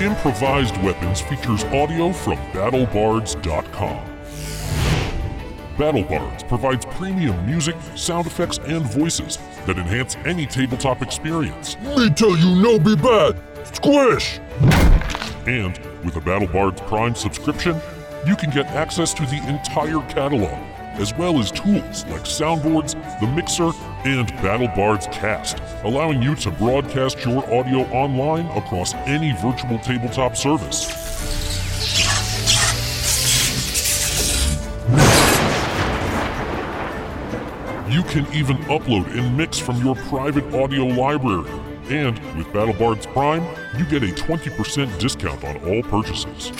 Improvised Weapons features audio from BattleBards.com. BattleBards provides premium music, sound effects, and voices that enhance any tabletop experience. Me tell you no be bad. Squish! And with a BattleBards Prime subscription, you can get access to the entire catalog, as well as tools like soundboards, the mixer, and BattleBards Cast, allowing you to broadcast your audio online across any virtual tabletop service. You can even upload and mix from your private audio library. And with BattleBards Prime, you get a 20% discount on all purchases.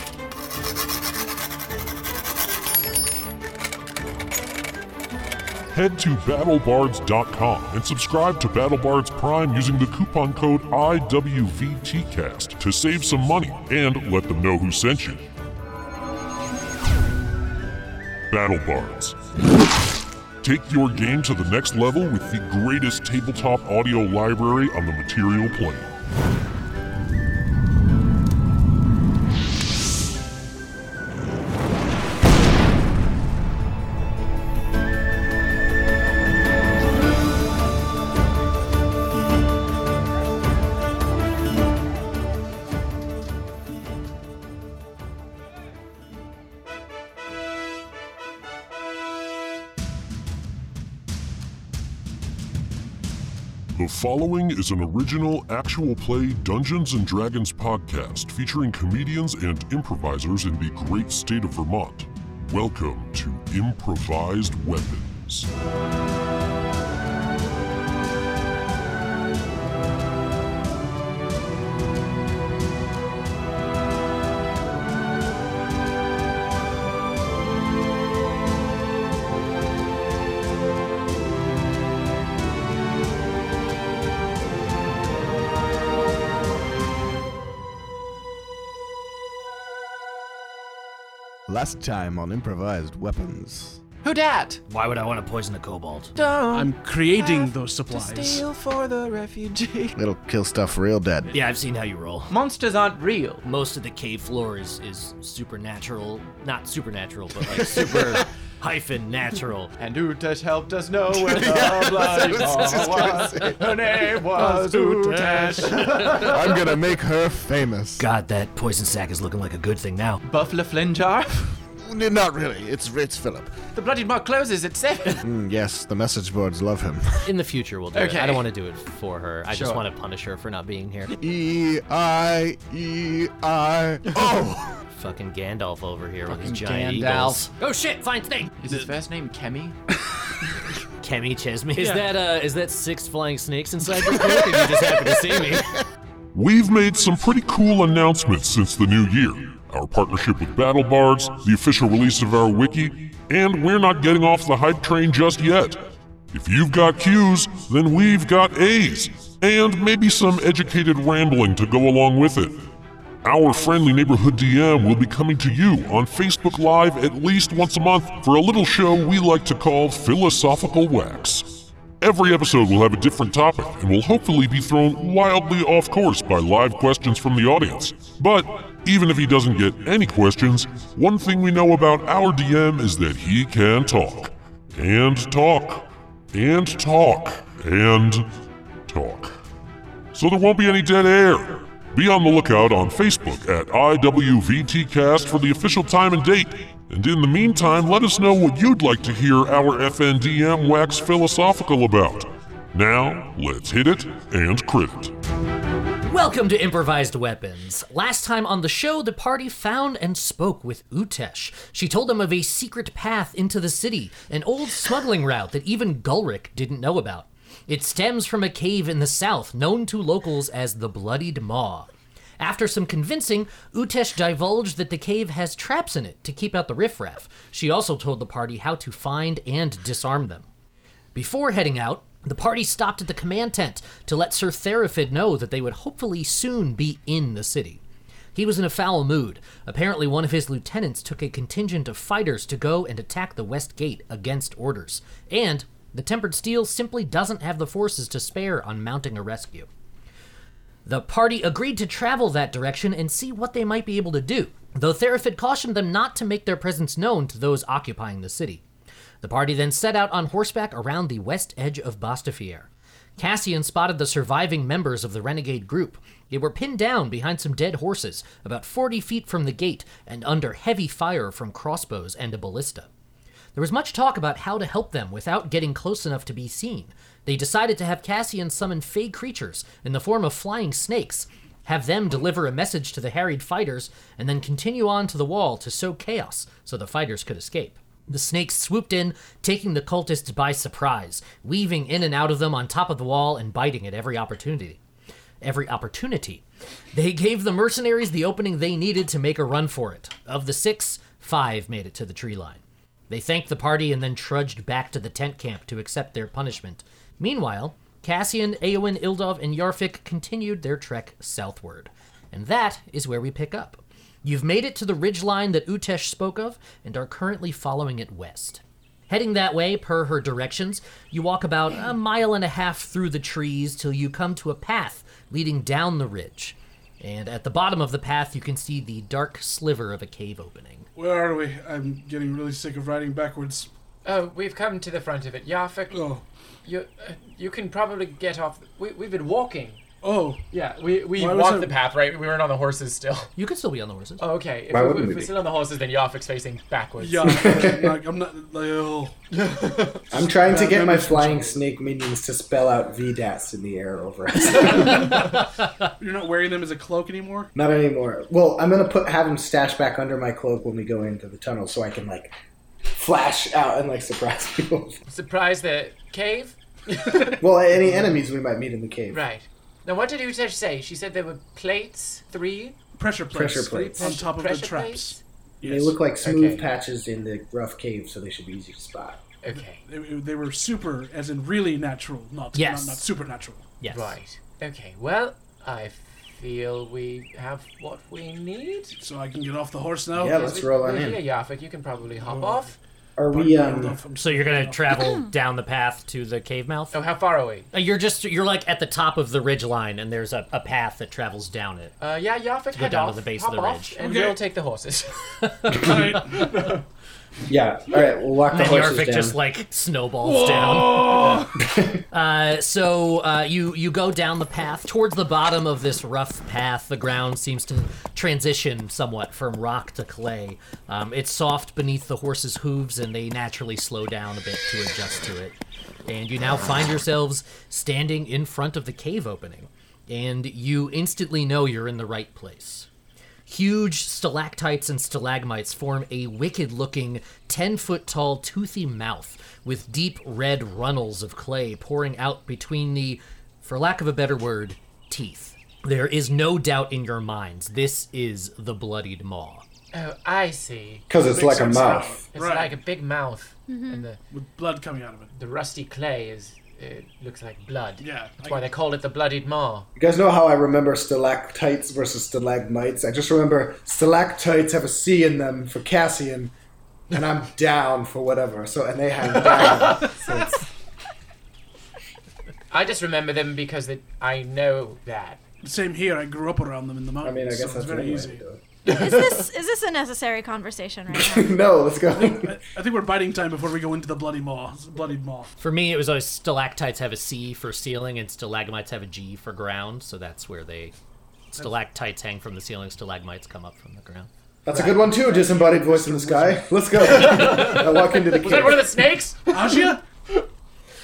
Head to battlebards.com and subscribe to BattleBards Prime using the coupon code IWVTCast to save some money and let them know who sent you. BattleBards. Take your game to the next level with the greatest tabletop audio library on the material plane. The following is an original actual play Dungeons and Dragons podcast featuring comedians and improvisers in the great state of Vermont. Welcome to Improvised Weapons. Last time on improvised weapons. Who dat? Why would I want to poison a kobold? Don't I'm creating have those to supplies. steal for the refugee. It'll kill stuff real dead. Yeah, I've seen how you roll. Monsters aren't real. Most of the cave floor is is supernatural, not supernatural, but like super hyphen natural. And Utash helped us know where the bloody ball was. Her name was Utash. I'm gonna make her famous. God, that poison sack is looking like a good thing now. Buffalo Flinjar. Not really. It's it's Philip. The bloody mark closes at seven. Mm, yes, the message boards love him. In the future, we'll do it. Okay. I don't want to do it for her. I just Sure. want to punish her for not being here. E I E I Oh. O. Fucking Gandalf over here with his Fucking giant Gandalf. eagles. Oh shit! Fine snake. Is his first name Kemi? Kemi Chesme. Is that uh? Is that six flying snakes inside this book? and you just happened to see me? We've made some pretty cool announcements since the new year. Our partnership with BattleBards, the official release of our wiki, and we're not getting off the hype train just yet. If you've got Q's, then we've got A's, and maybe some educated rambling to go along with it. Our friendly neighborhood DM will be coming to you on Facebook Live at least once a month for a little show we like to call Philosophical Wax. Every episode will have a different topic and will hopefully be thrown wildly off course by live questions from the audience. But even if he doesn't get any questions, one thing we know about our DM is that he can talk. And talk. And talk. And talk so there won't be any dead air. Be on the lookout on Facebook at IWVTcast for the official time and date. And in the meantime, let us know what you'd like to hear our FNDM wax philosophical about. Now, let's hit it and crit it. Welcome to Improvised Weapons. Last time on the show, the party found and spoke with Utesh. She told him of a secret path into the city, an old smuggling route that even Gulric didn't know about. It stems from a cave in the south known to locals as the Bloodied Maw. After some convincing, Utesh divulged that the cave has traps in it to keep out the riffraff. She also told the party how to find and disarm them. Before heading out, the party stopped at the command tent to let Sir Therafid know that they would hopefully soon be in the city. He was in a foul mood. Apparently, one of his lieutenants took a contingent of fighters to go and attack the West Gate against orders, and the Tempered Steel simply doesn't have the forces to spare on mounting a rescue. The party agreed to travel that direction and see what they might be able to do, though Therafit cautioned them not to make their presence known to those occupying the city. The party then set out on horseback around the west edge of Bastafier. Cassian spotted the surviving members of the renegade group. They were pinned down behind some dead horses, about 40 feet from the gate and under heavy fire from crossbows and a ballista. There was much talk about how to help them without getting close enough to be seen. They decided to have Cassian summon fey creatures in the form of flying snakes, have them deliver a message to the harried fighters, and then continue on to the wall to sow chaos so the fighters could escape. The snakes swooped in, taking the cultists by surprise, weaving in and out of them on top of the wall and biting at every opportunity every opportunity. They gave the mercenaries the opening they needed to make a run for it. Of the six, five made it to the tree line. They thanked the party and then trudged back to the tent camp to accept their punishment. Meanwhile, Cassian, Eowyn, Ildov, and Yarfik continued their trek southward. And that is where we pick up. You've made it to the ridge line that Utesh spoke of and are currently following it west. Heading that way, per her directions, you walk about a mile and a half through the trees till you come to a path leading down the ridge. And at the bottom of the path, you can see the dark sliver of a cave opening. Where are we? I'm getting really sick of riding backwards. Oh, we've come to the front of it. Yarfik, Oh, you uh, you can probably get off. We, we've been walking. oh, Yeah, we, we Why was walked it- the path, right? We weren't on the horses still. You can still be on the horses. Oh, okay. If, Why we, wouldn't we are be? still on the horses, then Yarfik's facing backwards. yeah. I'm not. I'm not like, oh. I'm trying to get my flying snake minions to spell out VDAS in the air over us. You're not wearing them as a cloak anymore. Not anymore. Well, I'm gonna put have them stashed back under my cloak when we go into the tunnel, so I can like flash out and like surprise people. Surprise the cave? well, any enemies we might meet in the cave. Right. Now, what did Utesh say? She said there were plates, three Pressure plates. Pressure plates. on top of the pressure traps. They Yes. look like smooth Okay. patches in the rough cave, so they should be easy to spot. plates? Okay. They, they were super, as in really natural, not Yes. not, not supernatural. yes. Right. Okay. Well, I feel we have what we need. So I can get off the horse now. Yeah, let's roll on in. Yeah, Yarfik, you can probably hop off. Are we Hold um? off, I'm So you're gonna travel down the path to the cave mouth. Oh, how far are we? Uh, You're just you're like at the top of the ridge line, and there's a, a path that travels down it. Uh, yeah, Yarfik, head down off, to the base of hop the off, ridge. and Okay. we'll take the horses. sorry. All right. Yeah. All right. We'll walk the And horses Yarvik down. just like snowballs down. uh, so uh, you you go down the path towards the bottom of this rough path. The ground seems to transition somewhat from rock to clay. Um, it's soft beneath the horses' hooves, and they naturally slow down a bit to adjust to it. And you now find yourselves standing in front of the cave opening, and you instantly know you're in the right place. Huge stalactites and stalagmites form a wicked looking, 10 foot tall, toothy mouth with deep red runnels of clay pouring out between the, for lack of a better word, teeth. There is no doubt in your minds this is the bloodied maw. oh, I see. Because it's like a sense now. mouth. It's Right. like a big mouth, and the, With blood coming out of it. the rusty clay is it looks like blood. Yeah, That's I- why they call it the bloodied maw. You guys know how I remember stalactites versus stalagmites? I just remember stalactites have a C in them for Cassian, and I'm down for whatever. So and they have down. so it's- I just remember them because it, I know that. Same here. I grew up around them in the I mountains. mean, I guess so that's it's very one way to easy. do it. Is this is this a necessary conversation right now? No, let's go. I, I think we're biding time before we go into the bloody maw. Bloodied maw. For me, it was always stalactites have a C for ceiling and stalagmites have a G for ground, so that's where they. Stalactites hang from the ceiling, stalagmites come up from the ground. That's a good one too. Disembodied voice in the sky. Let's go. I walk into the Was that one of cave. the snakes? Ajia.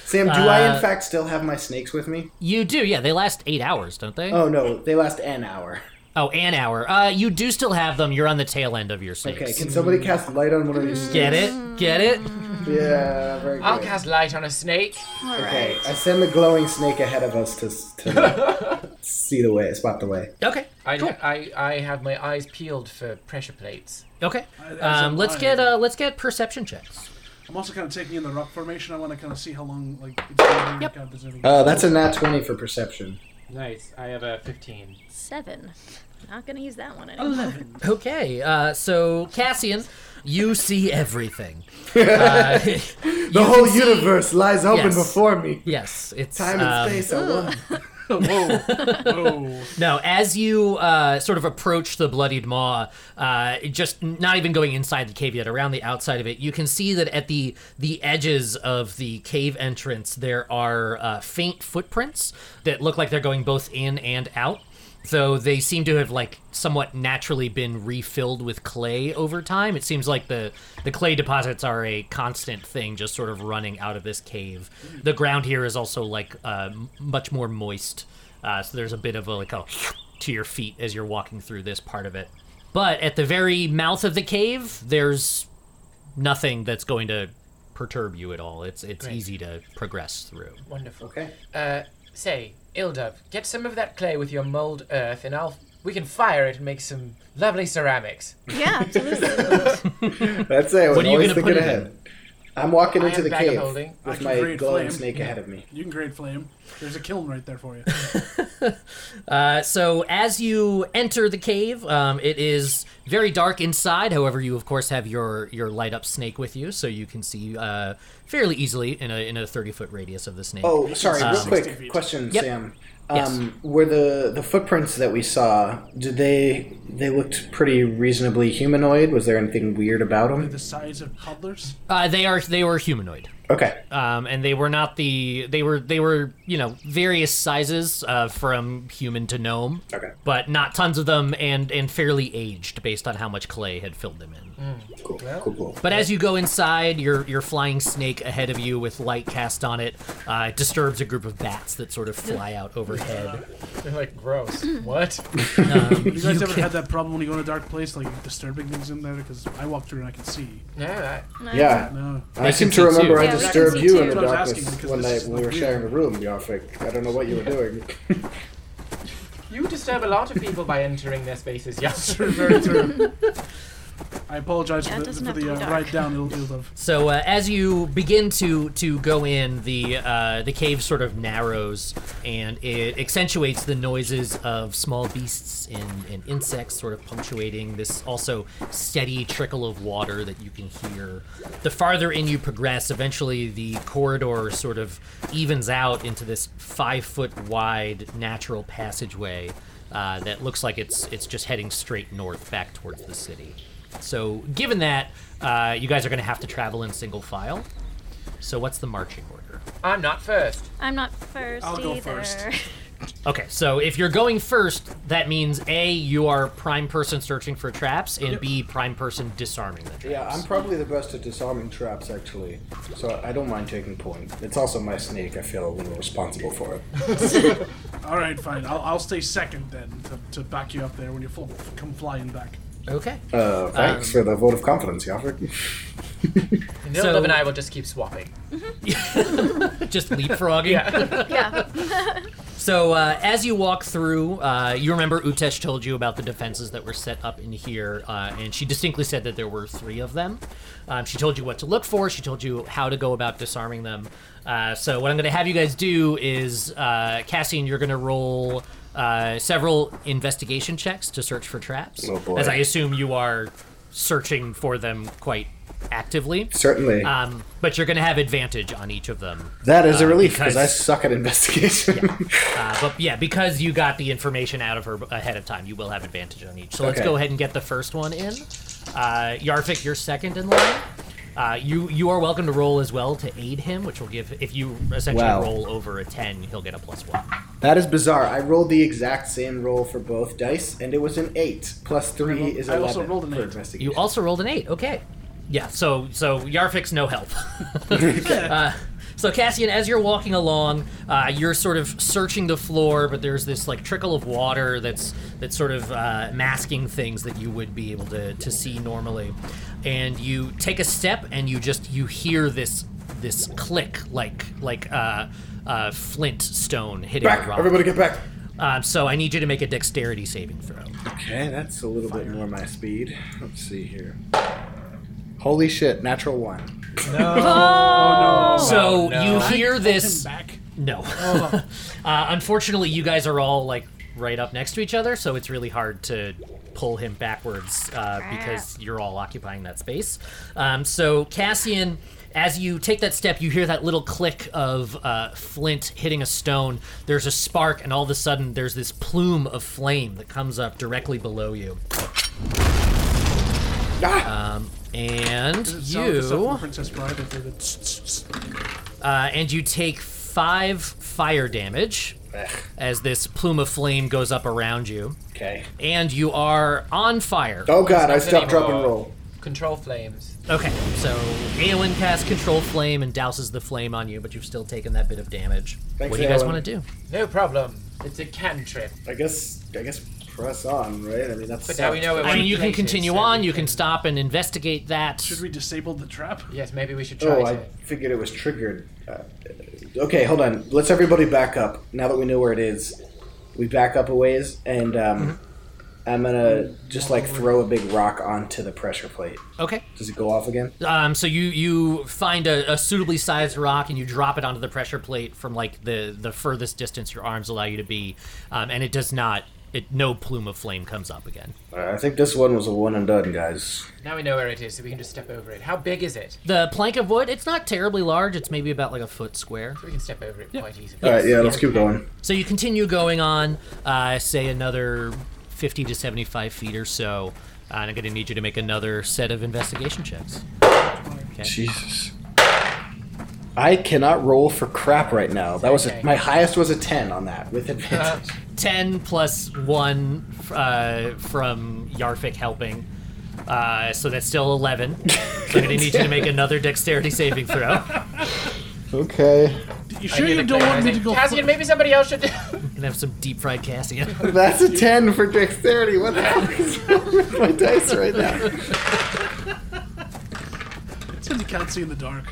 Sam, do I Uh, in fact still have my snakes with me? You do, yeah, they last eight hours, don't they? Oh no, they last an hour. Oh, an hour. Uh, you do still have them. You're on the tail end of your snakes. Okay, can Mm-hmm. somebody cast light on one of these? Get it? Get it? Yeah, very Mm. good. I'll cast light on a snake. All Okay, right. I send the glowing snake ahead of us to, to see the way, spot the way. Okay. I, Cool. I, I have my eyes peeled for pressure plates. Okay. that's Um, a let's lie. get uh, let's get perception checks. I'm also kind of taking in the rock formation. I want to kind of see how long like it's been Yep. kind of preserving. Uh, that's a nat 20 for perception. Nice. I have a 15. Seven. Not gonna use that one anymore. Okay. Uh, so Cassian, you see everything. Uh, The whole universe lies open Yes. before me. yes, it's Time um, and space are one. whoa, whoa. No, as you uh, sort of approach the bloodied maw, uh, just not even going inside the cave yet, around the outside of it, you can see that at the the edges of the cave entrance there are uh, faint footprints that look like they're going both in and out. Though they seem to have like somewhat naturally been refilled with clay over time. It seems like the the clay deposits are a constant thing, just sort of running out of this cave. The ground here is also like uh, m- much more moist. Uh, so there's a bit of a, like a to your feet as you're walking through this part of it. But at the very mouth of the cave, there's nothing that's going to perturb you at all. It's it's easy to progress through. Wonderful. Okay. Uh, say, Ildub, get some of that clay with your mold earth, and I'll we can fire it and make some lovely ceramics. Yeah, absolutely. That's it. I was What are you gonna always thinking put it ahead. I'm walking I into have the bag of cave holding. I with can my create glowing flame. snake ahead of me. You can grade flame. There's a kiln right there for you. Uh, so as you enter the cave, um, it is very dark inside. However, you of course have your your light up snake with you, so you can see uh, fairly easily in a in a thirty foot radius of the snake. Oh, sorry. Real 60 quick feet. question, Yep. Sam. Yes. Um, Were the the footprints that we saw? Did they they looked pretty reasonably humanoid? Was there anything weird about them? the size of toddlers. Uh, they are they were humanoid. Okay. um, and they were not the they were they were you know various sizes uh, from human to gnome Okay. but not tons of them and and fairly aged based on how much clay had filled them in Cool. Cool. Cool. but as you go inside your your flying snake ahead of you with light cast on it uh, it disturbs a group of bats that sort of fly out overhead They're like gross. what? You guys ever had that problem when you go in a dark place, like disturbing things in there? Because I walk through and I can see. No, I, Yeah. No. I seem can to see remember too. I Yeah, we can disturbed see you too. in the That's what I was asking, darkness because one this night is when we were weird. sharing a room, Yarfik. I don't know what you were doing. you disturb a lot of people by entering their spaces. Yes. True, very true. I apologize Yeah, it for the, doesn't for have to the be uh, dark. ride down. It'll, it'll have. So uh, as you begin to to go in, the uh, the cave sort of narrows and it accentuates the noises of small beasts and, and insects, sort of punctuating this also steady trickle of water that you can hear. The farther in you progress, eventually the corridor sort of evens out into this five foot wide natural passageway uh, that looks like it's it's just heading straight north back towards the city. So, given that, uh, you guys are going to have to travel in single file. So, what's the marching order? I'm not first. I'm not 1st I'll go either. first. Okay, so if you're going first, that means A, you are prime person searching for traps, and B, prime person disarming the traps. Yeah, I'm probably the best at disarming traps, actually. So I don't mind taking point. It's also my snake. I feel a little responsible for it. Um, All right, fine. I'll, I'll stay second then to, to back you up there when you full, come flying back. Okay. Uh, thanks for the vote of confidence, Yarfik. And So- Ildub and I will just keep swapping. Just leapfrogging. Yeah. So uh, as you walk through, uh, you remember Utesh told you about the defenses that were set up in here, uh, and she distinctly said that there were three of them. Um, she told you what to look for. She told you how to go about disarming them. Uh, so what I'm going to have you guys do is, uh, Cassian, you're going to roll uh, several investigation checks to search for traps, Oh, boy. as I assume you are searching for them quite actively. Certainly. uh, Um, but you're going to have advantage on each of them that is a relief because I because- suck at investigation. uh, but yeah, because you got the information out of her ahead of time, you will have advantage on each. So let's Okay. go ahead and get the first one in. Uh, Yarvik, you're second in line. Uh, you you are welcome to roll as well to aid him, which will give if you essentially Wow. roll over a ten, he'll get a plus one. that is bizarre. I rolled the exact same roll for both dice, and it was an eight plus three rolled- is I eleven. also rolled an for eight. investigation. You also rolled an eight. Okay. Yeah. So so Yarfik's no help. uh, so Cassian, as you're walking along, uh, you're sort of searching the floor, but there's this like trickle of water that's that's sort of uh, masking things that you would be able to to see normally. And you take a step, and you just you hear this this click like like uh, uh, flint stone hitting a back, rock. everybody, get back. Uh, so I need you to make a dexterity saving throw. Okay, that's a little bit more my speed. Let's see here. Holy shit! Natural one. so Oh, no. you Can hear this. Him back. No. uh, unfortunately, you guys are all like right up next to each other, so it's really hard to pull him backwards uh, because you're all occupying that space. Um, so Cassian, As you take that step, you hear that little click of uh, flint hitting a stone. There's a spark, and all of a sudden, there's this plume of flame that comes up directly below you. Um, and Does it Ah! sound like the stuff you from Princess Bride that did the tss, tss, tss? uh, and you take five fire damage as this plume of flame goes up around you, Okay. and you are on fire. Oh god, I It's stopped, drop, and anymore. roll. Control flames. Okay, so Aelin casts Control Flame and douses the flame on you, but you've still taken that bit of damage. Thanks, what do you guys Aelin. want to do? No problem. It's a cantrip. I guess, I guess press on, right? I mean, that's. But now we know it I mean, you can manipulated, continue so on. we You can stop and investigate that. Should we disable the trap? Yes, maybe we should try Oh, to. I figured it was triggered. Uh, okay, hold on. Let's everybody back up. Now that we know where it is, we back up a ways, and um, Mm-hmm. I'm gonna just like throw a big rock onto the pressure plate. Okay. Does it go off again? Uh, Um, so you you find a, a suitably sized rock and you drop it onto the pressure plate from like the the furthest distance your arms allow you to be, um, and it does not. It no plume of flame comes up again. Uh, I think this one was a one and done, guys. Now we know where it is, so we can just step over it. How big is it? The plank of wood. It's not terribly large. It's maybe about like a foot square. We can step over it quite easily. All right, yeah, let's keep going. So you continue going on, uh, say another fifty to seventy five feet or so, uh, and I'm going to need you to make another set of investigation checks. Jesus. I cannot roll for crap right now. That was a, my highest was a ten on that with advantage. Uh, 10 plus 1 uh, from Yarfik helping. Uh, so that's still 11. So I'm going to need you to make another dexterity saving throw. And Okay. You sure you don't want me to go? Cassian, maybe somebody else should. have some deep fried Cassian. That's a 10 for dexterity. What the fuck is wrong with my dice right now? Since you can't see in the dark.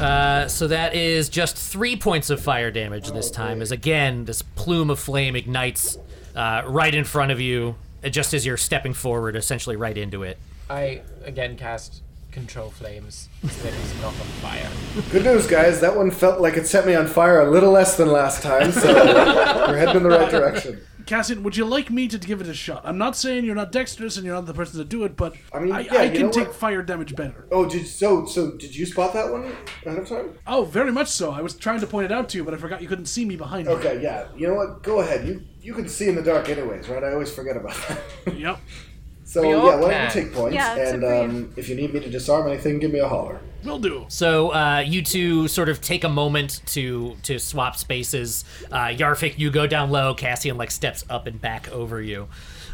Uh, so that is just 3 points of fire damage this time, as again, this plume of flame ignites uh, right in front of you, uh, just as you're stepping forward, essentially right into it. I again cast control flames so that it's not on fire. Good news, guys. That one felt like it set me on fire a little less than last time, so we're heading in the right direction. Cassian, would you like me to give it a shot? I'm not saying you're not dexterous and you're not the person to do it, but I, mean, I, yeah, you can know take what? fire damage better. Oh, did so so did you spot that one ahead of time? Oh, very much so. I was trying to point it out to you, but I forgot you couldn't see me behind you. Okay, yeah. You know what? Go ahead. You you can see in the dark, anyways, right? I always forget about that. Yep. so We yeah, all why don't can. you take points? Yeah, it's and okay. um, if you need me to disarm anything, give me a holler. Will do. So uh, you two sort of take a moment to to swap spaces. Uh, Yarfik, you go down low. Cassian like steps up and back over you,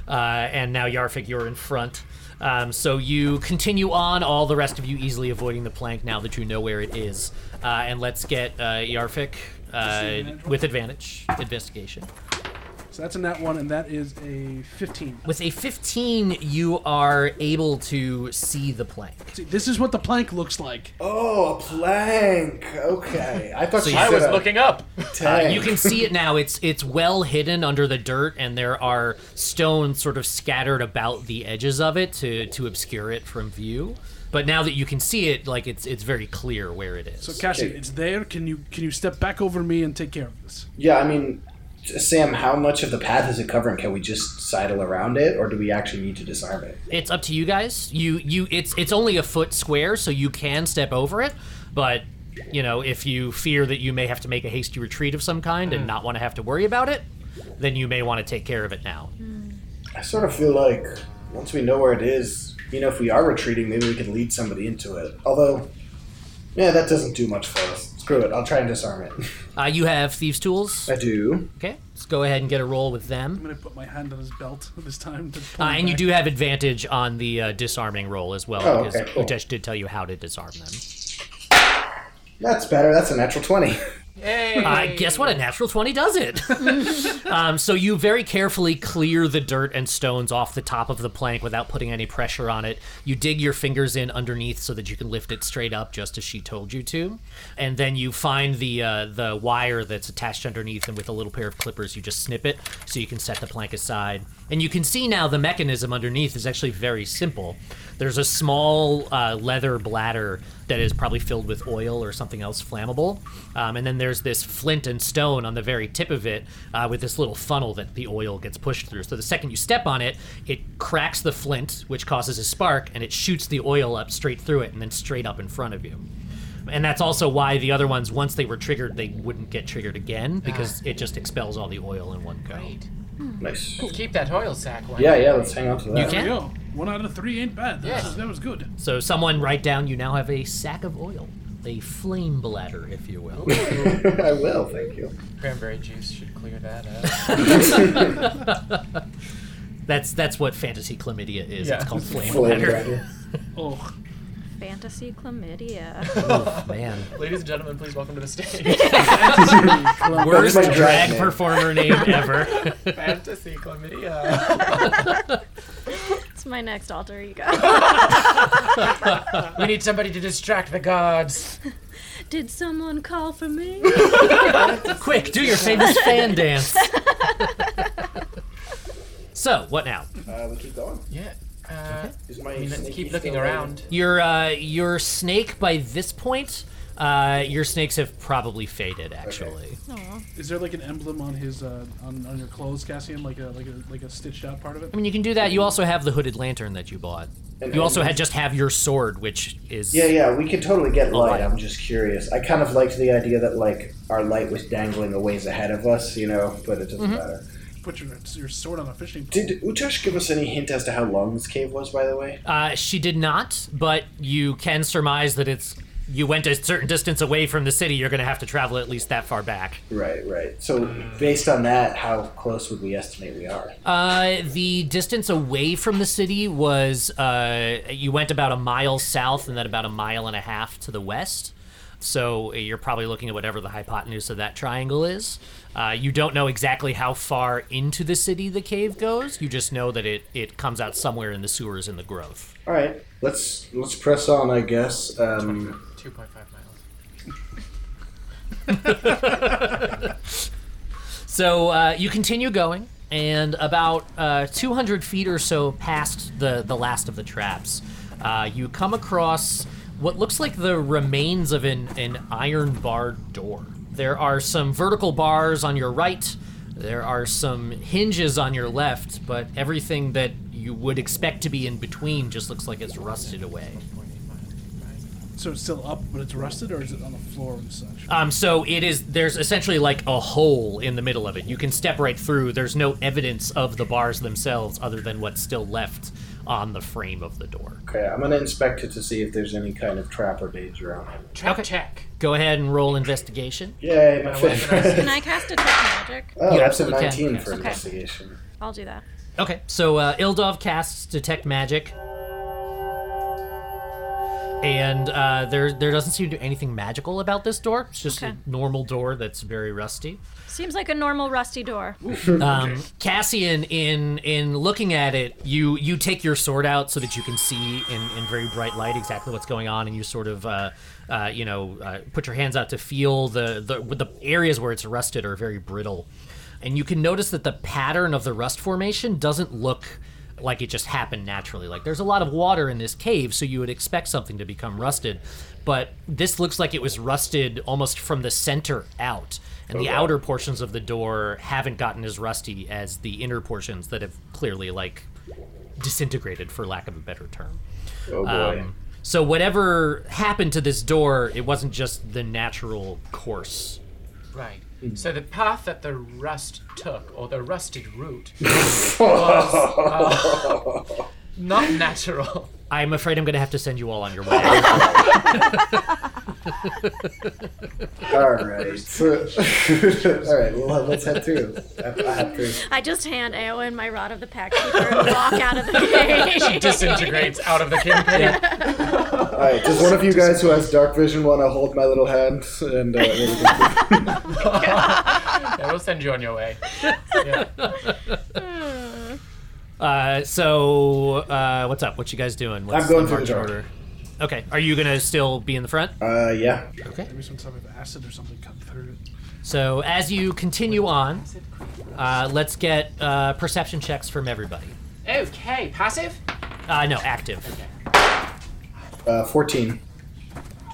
uh, and now Yarfik, you're in front. Um, so you continue on. All the rest of you easily avoiding the plank now that you know where it is. Uh, and let's get uh, Yarfik uh, with advantage investigation. So that's a nat one, and that is a 15. With a 15, you are able to see the plank. See, this is what the plank looks like. Oh, a plank. Okay, I thought you I said was a up. tank. You can see it now. It's it's well hidden under the dirt, and there are stones sort of scattered about the edges of it to to obscure it from view. But now that you can see it, like it's it's very clear where it is. So Cassian, it's there. Can you can you step back over me and take care of this? Yeah, I mean, Sam, how much of the path is it covering? Can we just sidle around it, or do we actually need to disarm it? it's up to you guys. You you it's it's only a foot square, so you can step over it, but. You know, if you fear that you may have to make a hasty retreat of some kind and not want to have to worry about it, then you may want to take care of it now. I sort of feel like once we know where it is, you know, if we are retreating, maybe we can lead somebody into it. Although, yeah, that doesn't do much for us. Screw it. I'll try and disarm it. Uh, you have thieves' tools. I do. Okay, let's go ahead and get a roll with them. I'm gonna put my hand on his belt this time. To pull Uh, him and you back. do have advantage on the uh, disarming roll as well, Oh, because okay, cool. Utesh did tell you how to disarm them. That's better. That's a natural 20. Hey. Uh, guess what? A natural 20 does it. um, so you very carefully clear the dirt and stones off the top of the plank without putting any pressure on it. You dig your fingers in underneath so that you can lift it straight up, just as she told you to. And then you find the uh, the wire that's attached underneath, and with a little pair of clippers, you just snip it so you can set the plank aside. And you can see now the mechanism underneath is actually very simple. There's a small uh, leather bladder that is probably filled with oil or something else flammable. Um, and then there's this flint and stone on the very tip of it uh, with this little funnel that the oil gets pushed through. So the second you step on it, it cracks the flint, which causes a spark, and it shoots the oil up straight through it and then straight up in front of you. And that's also why the other ones, once they were triggered, they wouldn't get triggered again because it just expels all the oil in one go. Great. Nice. Keep that oil sack. One Yeah, day. yeah. Let's hang on to that. You can. Yo, one out of three ain't bad. That, was, that was good. So someone write down you now have a sack of oil, a flame bladder, if you will. I will. Thank you. Cranberry juice should clear that up. That's that's what fantasy chlamydia is. Yeah. It's called flame Flame bladder. rider. Oh, Fantasy chlamydia. Man, Ladies and gentlemen, please welcome to the stage. worst my drag drag name. performer name ever. Fantasy chlamydia. it's my next alter ego. We need somebody to distract the gods. Did someone call for me? Quick, do your famous fan dance. so what now? Uh, we keep going. Yeah. Uh, Is my I mean, let's sneaky keep looking still around. Your uh, your snake by this point, uh, your snakes have probably faded. Actually, Aw. is there like an emblem on his uh, on, on your clothes, Cassian? Like a like a like a stitched out part of it? I mean you can do that. You also have the hooded lantern that you bought. And- you also and- had just have your sword, which is Yeah, yeah, we could totally get light. Light. I'm just curious. I kind of liked the idea that like our light was dangling a ways ahead of us, you know, but it doesn't matter. Put your your sword on a fishing pole. Did Utosh give us any hint as to how long this cave was, by the way? Uh, she did not, but you can surmise that it's you went a certain distance away from the city. You're going to have to travel at least that far back. Right, right. So based on that, how close would we estimate we are? Uh, the distance away from the city was uh, you went about a mile south and then about a mile and a half to the west. So uh, you're probably looking at whatever the hypotenuse of that triangle is. Uh, you don't know exactly how far into the city the cave goes. You just know that it, it comes out somewhere in the sewers in the grove. All right, let's let's press on, I guess. Um, 2.5 miles. So uh, you continue going, and about uh, 200 feet or so past the, the last of the traps, uh, you come across what looks like the remains of an, an iron barred door. There are some vertical bars on your right, there are some hinges on your left, but everything that you would expect to be in between just looks like it's rusted away. So it's still up, but it's rusted, or is it on the floor and such? Um, so it is. There's essentially like a hole in the middle of it. You can step right through. There's no evidence of the bars themselves, other than what's still left on the frame of the door. okay, I'm gonna inspect it to see if there's any kind of trap or danger on it. Trap check. Go ahead and roll investigation. Yay, my favorite. Can I cast detect magic? Oh, You that's a absolutely can, 19 yes. for Okay. investigation. I'll do that. Okay, so uh, Ildov casts detect magic, and uh, there there doesn't seem to be anything magical about this door. It's just Okay. a normal door that's very rusty. Seems like a normal rusty door. Um, Cassian, in in looking at it, you you take your sword out so that you can see in, in very bright light exactly what's going on, and you sort of uh, uh, you know uh, put your hands out to feel the, the the areas where it's rusted are very brittle, and you can notice that the pattern of the rust formation doesn't look like it just happened naturally. Like there's a lot of water in this cave, so you would expect something to become rusted, but this looks like it was rusted almost from the center out. And the outer portions of the door haven't gotten as rusty as the inner portions that have clearly like disintegrated for lack of a better term. Oh boy. Um, so whatever happened to this door, it wasn't just the natural course. Right. Hmm. So the path that the rust took, or the rusted route, not natural. I'm afraid I'm going to have to send you all on your way. All right. So, all right. Well, uh, let's head through. I, I have through. I just hand Aowen my rod of the pack keeper and walk out of the cage. Disintegrates out of the kingpin. All right. Does one of you guys who has dark vision want to hold my little hand? And uh, maybe we can- Yeah, we'll send you on your way. Hmm. Uh, so uh, what's up? What you guys doing? What's I'm going the through marching the door. order? Okay. Are you going to still be in the front? uh, yeah. Maybe some type of acid or something come through. it. So as you continue on, uh, let's get uh, perception checks from everybody. okay, passive. Uh, no, active. Uh, Fourteen.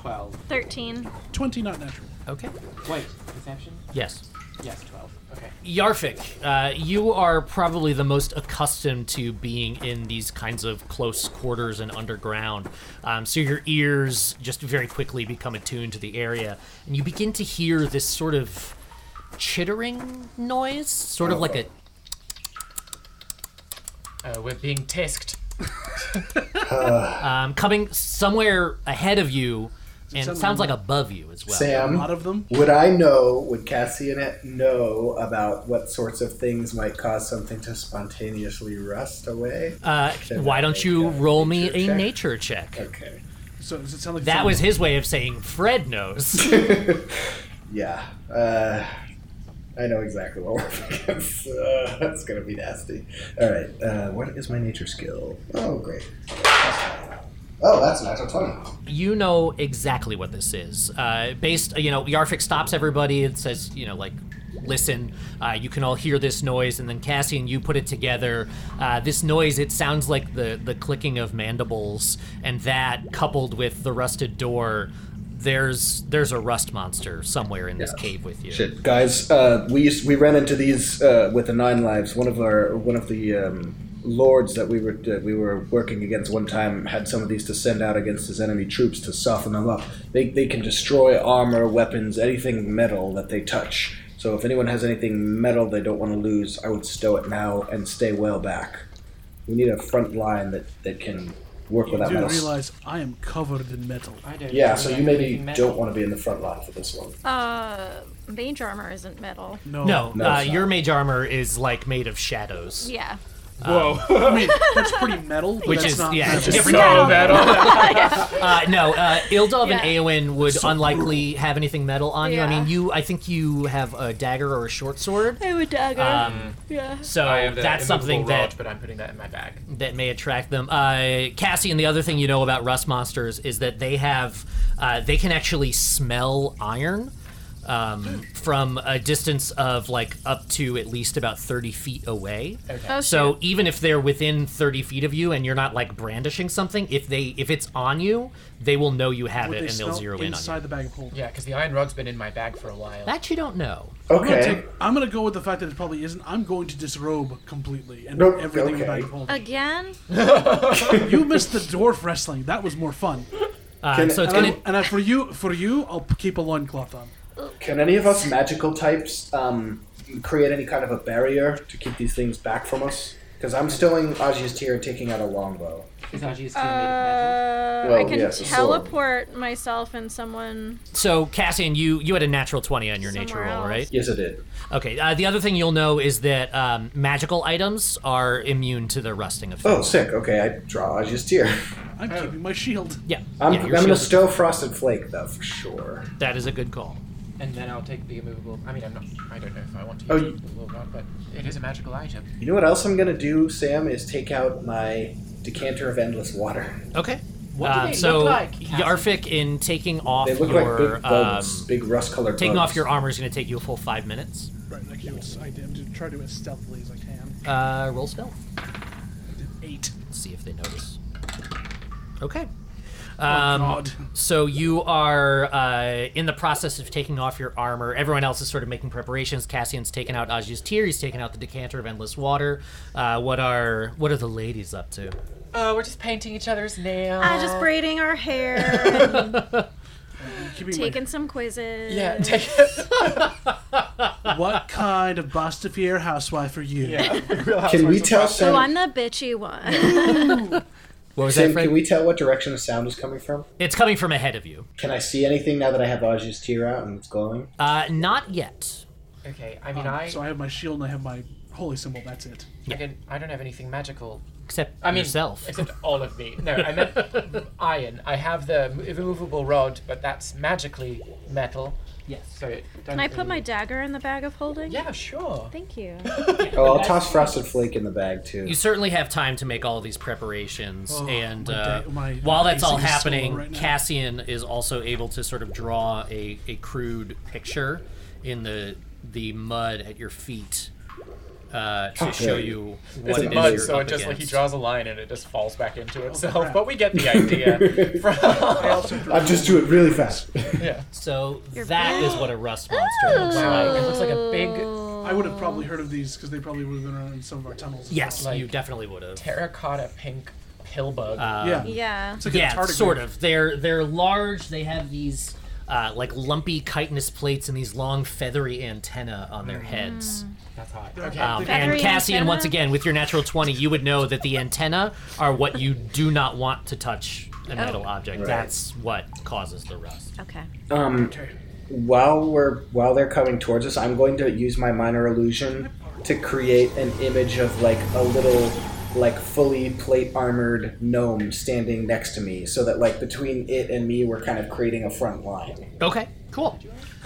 Twelve. 13. 20 not natural. Okay. Wait, perception? Yes. Yes, twelve. Okay. Yarfik, uh, you are probably the most accustomed to being in these kinds of close quarters and underground. Um, so your ears just very quickly become attuned to the area, and you begin to hear this sort of chittering noise, sort of like a Uh, we're being tisked. um, coming somewhere ahead of you, and it sound sounds like above you as well. A Sam, lot of them. would I know, would Cassianet know about what sorts of things might cause something to spontaneously rust away? Uh, Should why I don't make you a roll me nature a check? nature check? okay. So does it sound like That some- was his way of saying Fred knows. Yeah. Uh, I know exactly what we're up against. Uh, that's going to be nasty. All right. Uh, what is my nature skill? Oh, great. Oh, that's a natural 20. you know exactly what this is. Uh, based, you know, Yarfik stops everybody and says, you know, like, listen, uh, you can all hear this noise, and then Cassie and you put it together. Uh, this noise, it sounds like the, the clicking of mandibles, and that coupled with the rusted door, there's there's a rust monster somewhere in this cave with you. Shit, guys, uh, we used, we ran into these uh, with the Nine Lives. One of our one of the um, lords that we were uh, we were working against one time had some of these to send out against his enemy troops to soften them up. They they can destroy armor, weapons, anything metal that they touch. So if anyone has anything metal they don't want to lose, I would stow it now and stay well back. We need a front line that that can work You without do metal. realize I am covered in metal. I don't yeah, know, so like, you maybe metal. don't want to be in the front line for this one. Uh, mage armor isn't metal. No. No, No, uh, it's not. your mage armor is like made of shadows. Yeah. I mean, that's pretty metal, but Which that's is not yeah, it's metal. a different metal. Uh, no, uh, Ildov and Yeah. Eowyn would unlikely have anything metal on you. I Yeah. mean, you. I think you have a dagger or a short sword. I would dagger. yeah. So I have the that's something immovable rod, that but I'm putting that in my bag. that may attract them. Uh, Cassie, and the other thing you know about rust monsters is that they have uh, they can actually smell iron um, from a distance of like up to at least about thirty feet away. Oh, So even if they're within thirty feet of you and you're not like brandishing something, if they if it's on you, they will know you have What it they and they'll smell zero in on you. inside the bag of holding. Yeah, because the iron rod's been in my bag for a while. That you don't know. I'm Okay. gonna, take, I'm gonna go with the fact that it probably isn't. I'm going to disrobe completely and Nope, everything in the okay. bag of holding. Again? you missed the dwarf wrestling. That was more fun. Uh, Can- so it's And, gonna. I, and I, for you, for you, I'll p- keep a loincloth on. Can any of us magical types um, create any kind of a barrier to keep these things back from us? Because I'm stowing Aji's tear and taking out a longbow. Is Aji's team Uh, I Well, can yes, a sword. teleport myself and someone. So Cassian, you you had a natural twenty on your nature Somewhere roll, else. right? Yes, I did. Okay. Uh, the other thing you'll know is that um, magical items are immune to the rusting effect. Oh, sick. Okay, I draw Aji's tear. I'm keeping Oh. my shield. Yeah. I'm, yeah, I'm your going to shield- stow Frosted Flake, though, for sure. That is a good call. And then I'll take the immovable. I mean, I'm not. I don't know if I want to use Oh, the you- immovable rod, but it is a magical item. You know what else I'm going to do, Sam, is take out my decanter of endless water. Okay. What do Um, they so look like, Cassie? Yarfik, in taking off They look your like big um, bulbs, big rust colored taking off your armor is going to take you a full five minutes. Right, like you, it's, I did, I'm just trying to do it as stealthily as I can. Uh, roll stealth. Eight. See if they notice. Okay. Oh, Um, Oh, God. So you are uh, in the process of taking off your armor. Everyone else is sort of making preparations. Cassian's taken out Aji's tear. He's taken out the decanter of endless water. Uh, what are what are the ladies up to? Oh, we're just painting each other's nails. Ah, just braiding our hair, Keeping my- taking some quizzes. Yeah, take what kind of Bastafier housewife are you? Can we tell Oh, Sam? I'm the bitchy one. What was Sam that, Fred? can we tell what direction the sound is coming from? It's coming from ahead of you. Can I see anything now that I have Aji's tear out and it's glowing? Uh, not yet. Okay, I mean, I, Um, So I have my shield and I have my holy symbol. That's it. I, can, I don't have anything magical. Except I mean, yourself. Except all of me. No, I meant iron. I have the m- immovable rod, but that's magically metal. yes. So it Can I put my dagger in the bag of holding? Yeah, sure. Thank you. Oh, I'll toss Frosted Flake in the bag, too. You certainly have time to make all these preparations, and Oh, my uh, day- my while that's all AC is so low happening, right now. Cassian is also able to sort of draw a, a crude picture in the the mud at your feet uh, to show you It's what it is mud, you're so up it just like he against. draws a line and it just falls back into itself. But we get the idea from I just do it really fast. yeah. So that is what a rust monster looks Wow, it like. looks like a big I would have probably heard of these because they probably would have been around in some of our tunnels. Uh, as Yes, Like- you definitely would have. terracotta pink pill bug. well. yeah. Yeah. It's like a Um, Yeah, tardigrade. sort of. They're they're large. They have these uh, like lumpy chitinous plates and these long feathery antenna on their heads. That's hot. Okay. Um, They- and Feathery Cassian, antenna? once again, with your natural twenty, you would know that the antenna are what you do not want to touch a metal object. That's what causes the rust. Okay. okay. Um, While we're while they're coming towards us, I'm going to use my minor illusion to create an image of like a little like fully plate armored gnome standing next to me so that like between it and me we're kind of creating a front line. Okay, cool.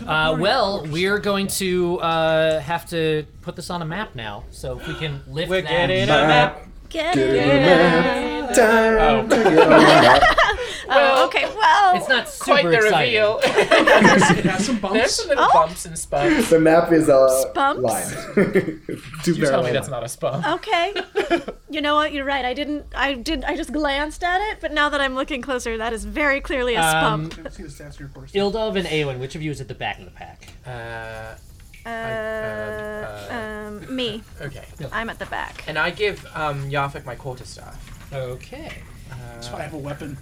Uh, well, we're going to uh, have to put this on a map now. So if we can lift We're that. getting a map. Get it. Time to get Oh, okay. Well. It's not super Quite the exciting. reveal. It has some There's bumps. some little Oh. bumps and spuds. The map is a Spumps? Uh, line. Two You tell parallel me that's lines. not a spum. Okay. You know what? You're right. I didn't. I did. I just glanced at it, but now that I'm looking closer, that is very clearly a Um, spump. I haven't seen the stats in your course. Ildov and Awen, which of you is at the back of the pack? Uh, uh, um, me. okay. I'm at the back. And I give um, Yarfik my quarterstaff. Okay. That's why I have a weapon.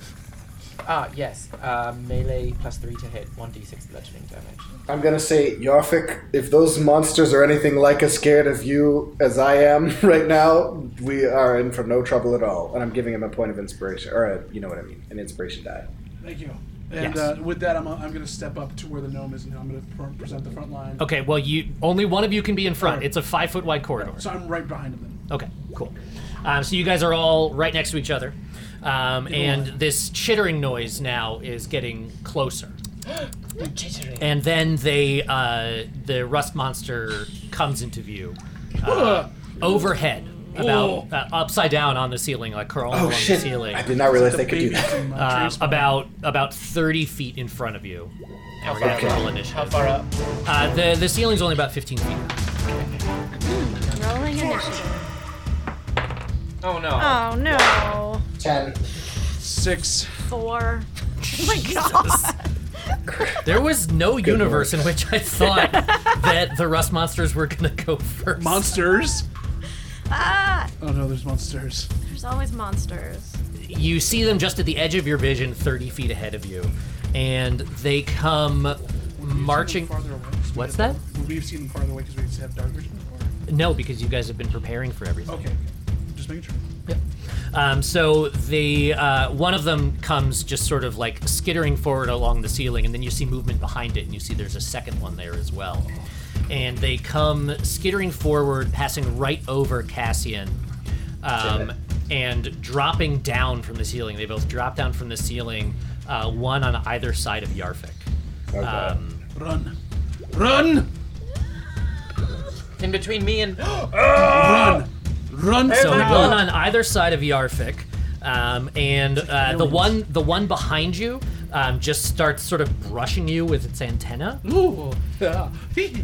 Ah, yes. Uh, melee plus three to hit, 1d6 bludgeoning damage. I'm gonna say, Yorfik, if those monsters are anything like as scared of you as I am right now, we are in for no trouble at all. And I'm giving him a point of inspiration, or a, you know what I mean, an inspiration die. Thank you. And Yes. uh, with that, I'm, I'm going to step up to where the gnome is and I'm going to pr- present the front line. Okay, well, you only one of you can be in front. It's a five foot wide corridor. So I'm right behind him then. Okay, cool. Um, so you guys are all right next to each other, um, and this chittering noise now is getting closer. Chittering. And then they, uh, the rust monster comes into view, uh, overhead, about uh, upside down on the ceiling, like curling along the ceiling. I did not realize they could do Baby that. from, uh, Um, Trace- about about thirty feet in front of you. How We're far gonna roll up? How initiative. far up? Uh, the the ceiling's only about fifteen feet. Rolling initiative. Oh no. Oh no. Ten. six. Four. Oh my god. There was no universe in which I thought that the rust monsters were gonna go first. Monsters. Ah, Oh no, there's monsters. there's always monsters. you see them just at the edge of your vision, 30 feet ahead of you, and they come marching. Farther away. 'cause we What's have- that? We've seen them farther away because we used to have dark vision before. No, because you guys have been preparing for everything. Okay. Just making sure. Um, so the uh, one of them comes just sort of like skittering forward along the ceiling, and then you see movement behind it, and you see there's a second one there as well. And they come skittering forward, passing right over Cassian, um, and dropping down from the ceiling. They both drop down from the ceiling, uh, one on either side of Yarfik. Um, Run. Run. In between me and. Run. Run. So my one God. on either side of Yarfik, um, and uh, the one the one behind you um, just starts sort of brushing you with its antenna. Ooh.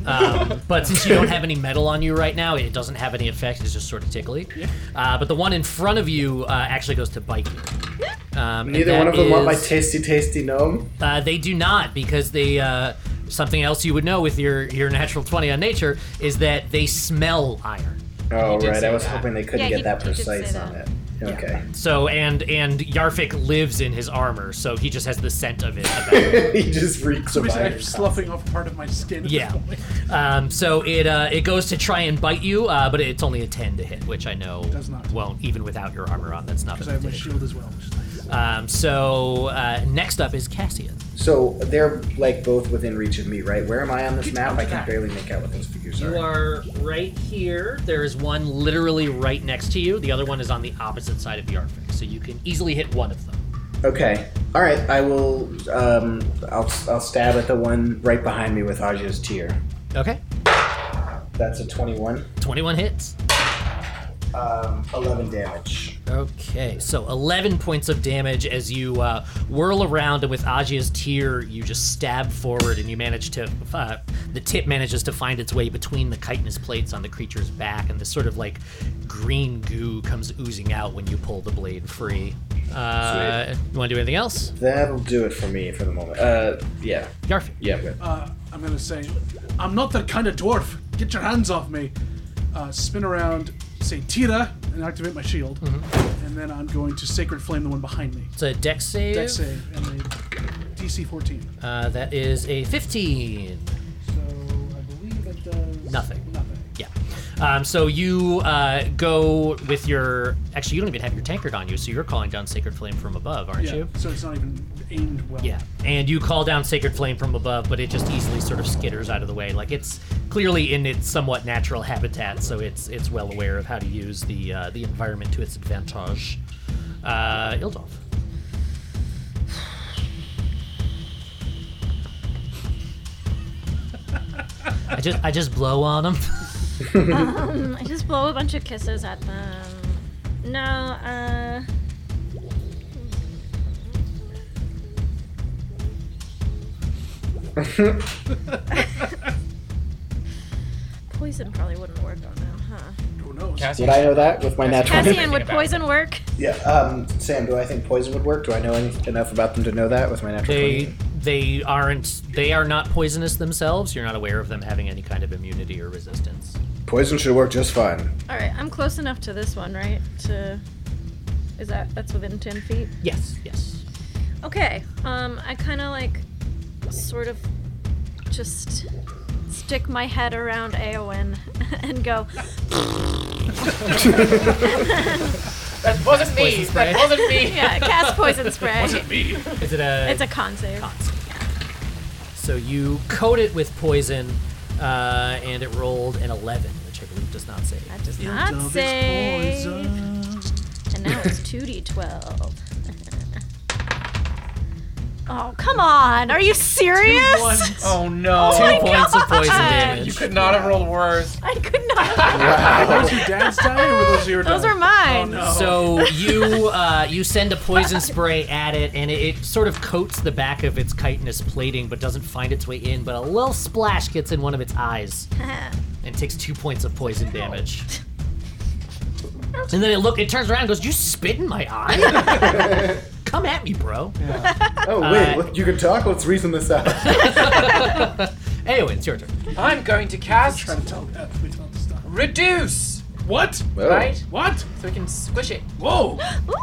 Um, but since you don't have any metal on you right now, it doesn't have any effect. It's just sort of tickly. Uh, but the one in front of you uh, actually goes to bite you. Um, and Neither that one of them want my is- tasty, tasty gnome. uh, they do not because they uh, something else you would know with your your natural twenty on nature is that they smell iron. Oh, did right. say I was that. hoping they couldn't Yeah, get you- that you did say precise that. on it. Okay. So and and Yarfik lives in his armor, so he just has the scent of it. About him. he just reeks So of basically, I'm iron. sloughing off part of my skin. at yeah. this point. Um, so it uh, it goes to try and bite you, uh, but it's only a ten to hit, which I know Does not. won't even without your armor on. That's not. Because I have my enough to hit. shield as well. which is nice. Um, so uh, next up is Cassian. So they're like both within reach of me, right? Where am I on this map? I can barely make out what those figures You are. are right here. There is one literally right next to you. The other one is on the opposite side of Yarfik, so you can easily hit one of them. Okay. All right. I will. Um, I'll, I'll stab at the one right behind me with Aja's tear. Okay. That's a twenty-one. Twenty-one hits. um, 11 damage. Okay, so 11 points of damage as you uh, whirl around, and with Ajia's tear, you just stab forward, and you manage to. Uh, the tip manages to find its way between the chitinous plates on the creature's back, and this sort of like green goo comes oozing out when you pull the blade free. Uh, you want to do anything else? That'll do it for me for the moment. Uh, yeah. Yarfi. Yeah, I'm good. I'm gonna say, I'm not that kind of dwarf. Get your hands off me. Uh, spin around, say Tira, and activate my shield. Mm-hmm. And then I'm going to Sacred Flame the one behind me. It's a dex save. Dex save, and they DC 14. Uh, that is a 15. So I believe that does. Nothing. Nothing. Yeah. Um, so you uh, go with your. Actually, you don't even have your tankard on you, so you're calling down Sacred Flame from above, aren't Yeah, you? so it's not even aimed well. Yeah, and you call down Sacred Flame from above, but it just easily sort of skitters out of the way. Like it's clearly in its somewhat natural habitat, so it's it's well aware of how to use the uh, the environment to its advantage. Uh, Ildov. I just I just blow on him. Mm, I just blow a bunch of kisses at them. No, uh. poison probably wouldn't work on them, huh? Who knows? Cassie, Did I know that with my natural? Cassian, would about it. poison work? yeah. Um, Sam, do I think poison would work? Do I know any, enough about them to know that with my natural? They 20? they aren't they are not poisonous themselves. You're not aware of them having any kind of immunity or resistance. Poison should work just fine. Alright, I'm close enough to this one, right? To. Is that. That's within 10 feet? Yes, yes. Okay. Um, I kind of like sort of just stick my head around Aowen and go, That wasn't me. That wasn't me. yeah, cast poison spray. Is it a It's a con save. So you coat it with poison, uh, and it rolled an 11, which I believe does not save. That does not save. And now it's 2d12. oh, come on. Are you serious? Oh no. Two points of poison God. You damage. could not have rolled worse. I could not. Were Oh, those your dad's die or were those your Those die? are mine. no. So you uh, you send a poison spray at it, and it, it sort of coats the back of its chitinous plating, but doesn't find its way in. But a little splash gets in one of its eyes, and takes two points of poison damage. And then it look, it turns around, and goes, "You spit in my eye? Come at me, bro." Oh wait, look, you can talk. Let's reason this out. Anyway, it's your turn. I'm going to cast Try to tell that. We tell them to stop. reduce. What? Oh. Right? What? So we can squish it. Whoa!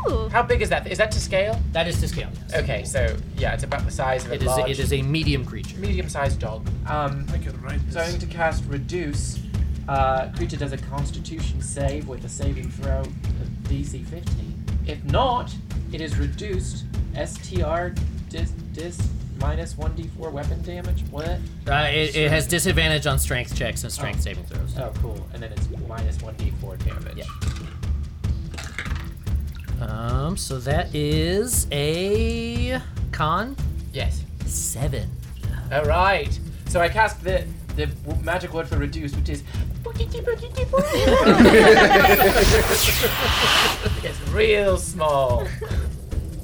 Ooh. How big is that? Is that to scale? That is to scale. yes. Okay, so yeah, it's about the size of a It is, large, it is a medium creature. medium-sized dog. Um, I could write so I'm this. going to cast reduce. Uh, creature does a Constitution save with a saving throw of DC 15. If not, it is reduced. STR dis dis minus 1d4 weapon damage. What? Uh, it, it has disadvantage on strength checks and strength Oh. saving throws. Oh, cool. And then it's minus 1d4 damage. Yeah. Um, so that is a con Yes. seven. All right. So I cast the the w- magic word for reduce, which is. boogity boogity boogity. it's real small.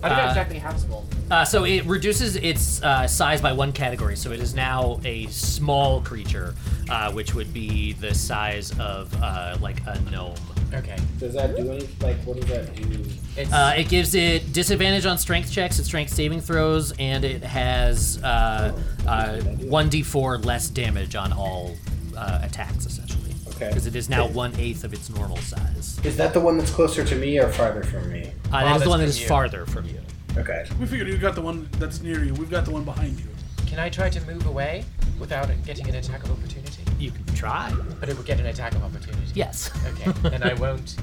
I don't know Uh, exactly how small. Uh, so it reduces its uh, size by one category. So it is now a small creature, uh, which would be the size of uh, like a gnome. Okay. Does that do any? Like, what does that do? It's Uh, it gives it disadvantage on strength checks and strength saving throws, and it has uh, uh, 1d4 less damage on all uh, attacks, essentially. Okay. Because it is now one eighth of its normal size. Is that the one that's closer to me or farther from me? Uh, that is the Ah, that's one that from is you. farther from you. Okay. We figured you got the one that's near you. We've got the one behind you. can I try to move away without it getting an attack of opportunity? You can try. But it would get an attack of opportunity. Yes. Okay. then I won't.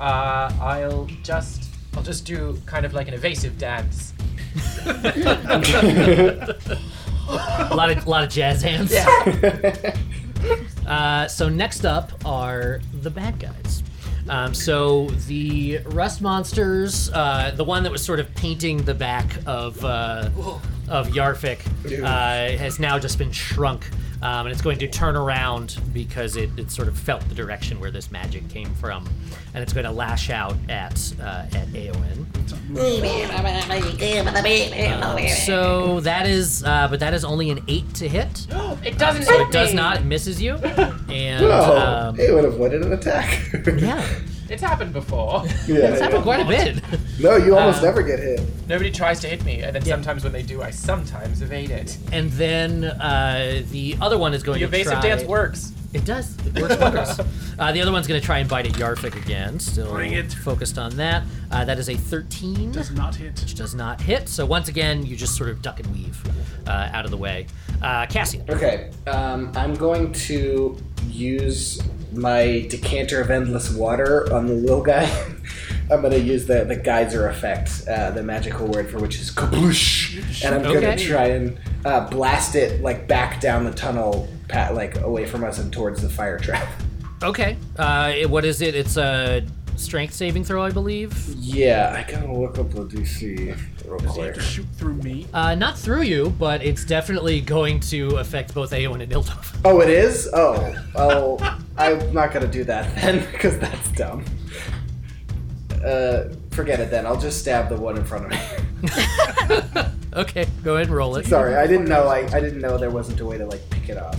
Uh, I'll just I'll just do kind of like an evasive dance. a lot of lot of jazz hands. uh, so next up are the bad guys. Um, so the rust monsters, uh, the one that was sort of painting the back of uh, of Yarfik, uh, has now just been shrunk. um, and it's going to turn around because it, it sort of felt the direction where this magic came from, and it's going to lash out at uh, at Aowen. So that is, uh, but that is only an eight to hit. It doesn't So hit it does me. not it misses you, and Oh, um, it would have avoided an attack. yeah, It's happened before. yeah, it's happened quite a bit. No, you almost Uh, never get hit. Nobody tries to hit me, and then sometimes when they do, I sometimes evade it. And then uh, the other one is going The to evasive try. dance works. It does. It works wonders. uh, the other one's going to try and bite at Yarfik again. Still Bring it. focused on that. Uh, that is a 13, Does not hit. which does not hit. So once again, you just sort of duck and weave uh, out of the way. Uh, Cassian. Okay, um, I'm going to use my decanter of endless water on the little guy. I'm going to use the, the geyser effect, uh, the magical word for which is kabloosh, and I'm going Okay. to try and uh, blast it like back down the tunnel, pat like away from us and towards the fire trap. Okay. Uh, it- what is it? It's a strength saving throw, I believe. yeah, I gotta look up the DC real quick. Shoot through me. Uh, not through you, but it's definitely going to affect both Aowen and Ildov. Oh, it is. Oh, oh, I'm not gonna do that then because that's dumb. Uh, forget it then. I'll just stab the one in front of me. okay, go ahead and roll it. Sorry, I didn't know. I, I didn't know there wasn't a way to like pick it off.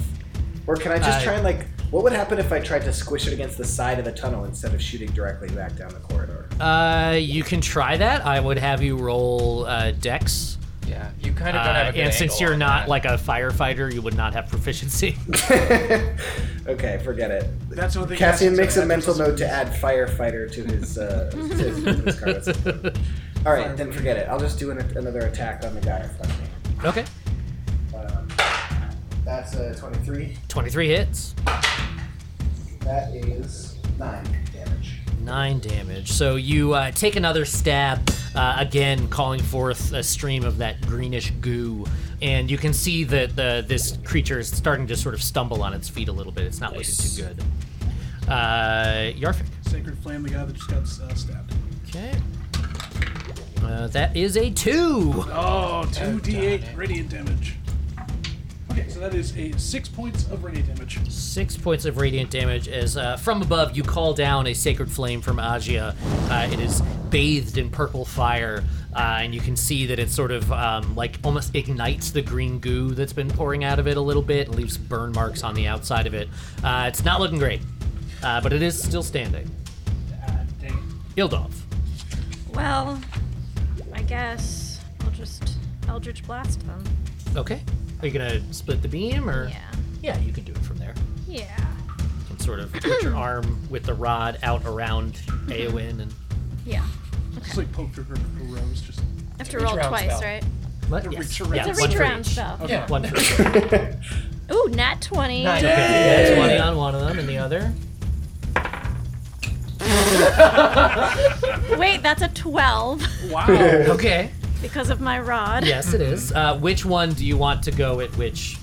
Or can I just Uh, try and like? What would happen if I tried to squish it against the side of the tunnel instead of shooting directly back down the corridor? Uh, you can try that. I would have you roll uh, Dex. Yeah, you kind of don't have Uh, a good and since angle you're on not that. like a firefighter, you would not have proficiency. okay, forget it. That's another thing. Cassian Cassian's makes done. a mental note to add firefighter to his uh, to his, to his card. All right, then forget it. I'll just do an, another attack on the guy in front of me. okay, Um, that's a 23. 23 hits, That is 9 damage. nine damage. So you uh, take another stab, uh, again calling forth a stream of that greenish goo, and you can see that the, this creature is starting to sort of stumble on its feet a little bit. It's not looking too good. Uh, Yarfik. Sacred flame, the guy that just got uh, stabbed. Okay. Uh, that is a two. Oh, 2d8 radiant damage. Okay, so that is a six points of radiant damage. Six points of radiant damage as uh, from above you call down a sacred flame from Agia. Uh, it is bathed in purple fire, uh, and you can see that it sort of um, like almost ignites the green goo that's been pouring out of it a little bit and leaves burn marks on the outside of it. Uh, it's not looking great, uh, but it is still standing. Ildov. Well, I guess I'll just Eldritch Blast them. Okay. Are you gonna split the beam or? Yeah. Yeah, you can do it from there. Yeah. You can sort of put your arm with the rod out around Aowen and. Yeah. Just like poke through her, her rose. Just I have to reach roll around twice, spell. right? What? It's a Yes. reach around. Yeah, It's a one reach for around each. spell. Yeah. One for each. Ooh, nat 20. Nice. Okay, that's one on one of them, and the other. Wait, that's a 12 wow. Okay. because of my rod. Yes, it is. Uh, which one do you want to go at which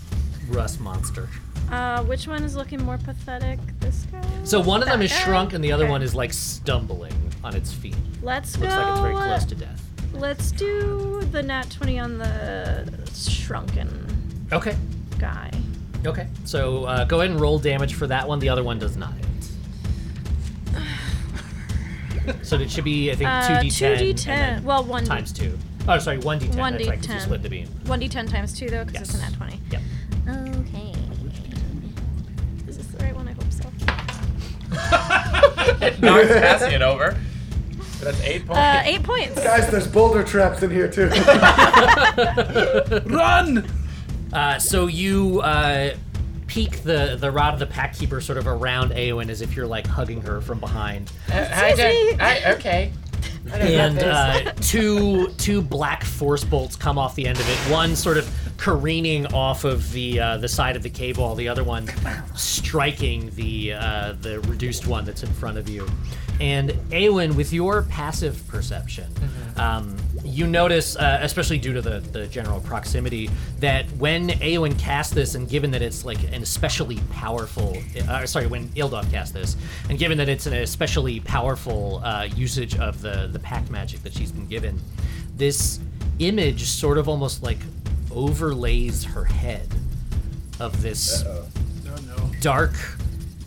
rust monster? Uh, which one is looking more pathetic? This guy? So one of them That is guy? shrunk, and the other Uh, Okay. one is like stumbling on its feet. Let's Looks go. like it's very close to death. Let's do the nat 20 on the shrunken Okay. guy. Okay. So uh, go ahead and roll damage for that one. The other one does not hit. So it should be, I think, Uh, 2d10. and 2d10. then Well, 1d10. Times 2. Oh, sorry, 1d10. That's right, 'cause you 1d10. split the beam. 1d10 times 2, though, because it's Yes. a nat 20. Yep. Okay. Is this the right one? I hope so. knocks Cassian over. But that's eight points. Uh, 8 points. Guys, there's boulder traps in here too. Run! Uh, so you uh, peek the, the rod of the pack keeper sort of around Aowen as if you're like hugging her from behind. I don't. I, okay. I don't And know this. uh, two two black force bolts come off the end of it. One sort of careening off of the uh, the side of the cable, the other one striking the uh, the reduced one that's in front of you. And Awen, with your passive perception, um, you notice, uh, especially due to the, the general proximity, that when Awen cast this, and given that it's like an especially powerful, uh, sorry, when Ildov cast this, and given that it's an especially powerful uh, usage of the the pact magic that she's been given, this image sort of almost like overlays her head of this dark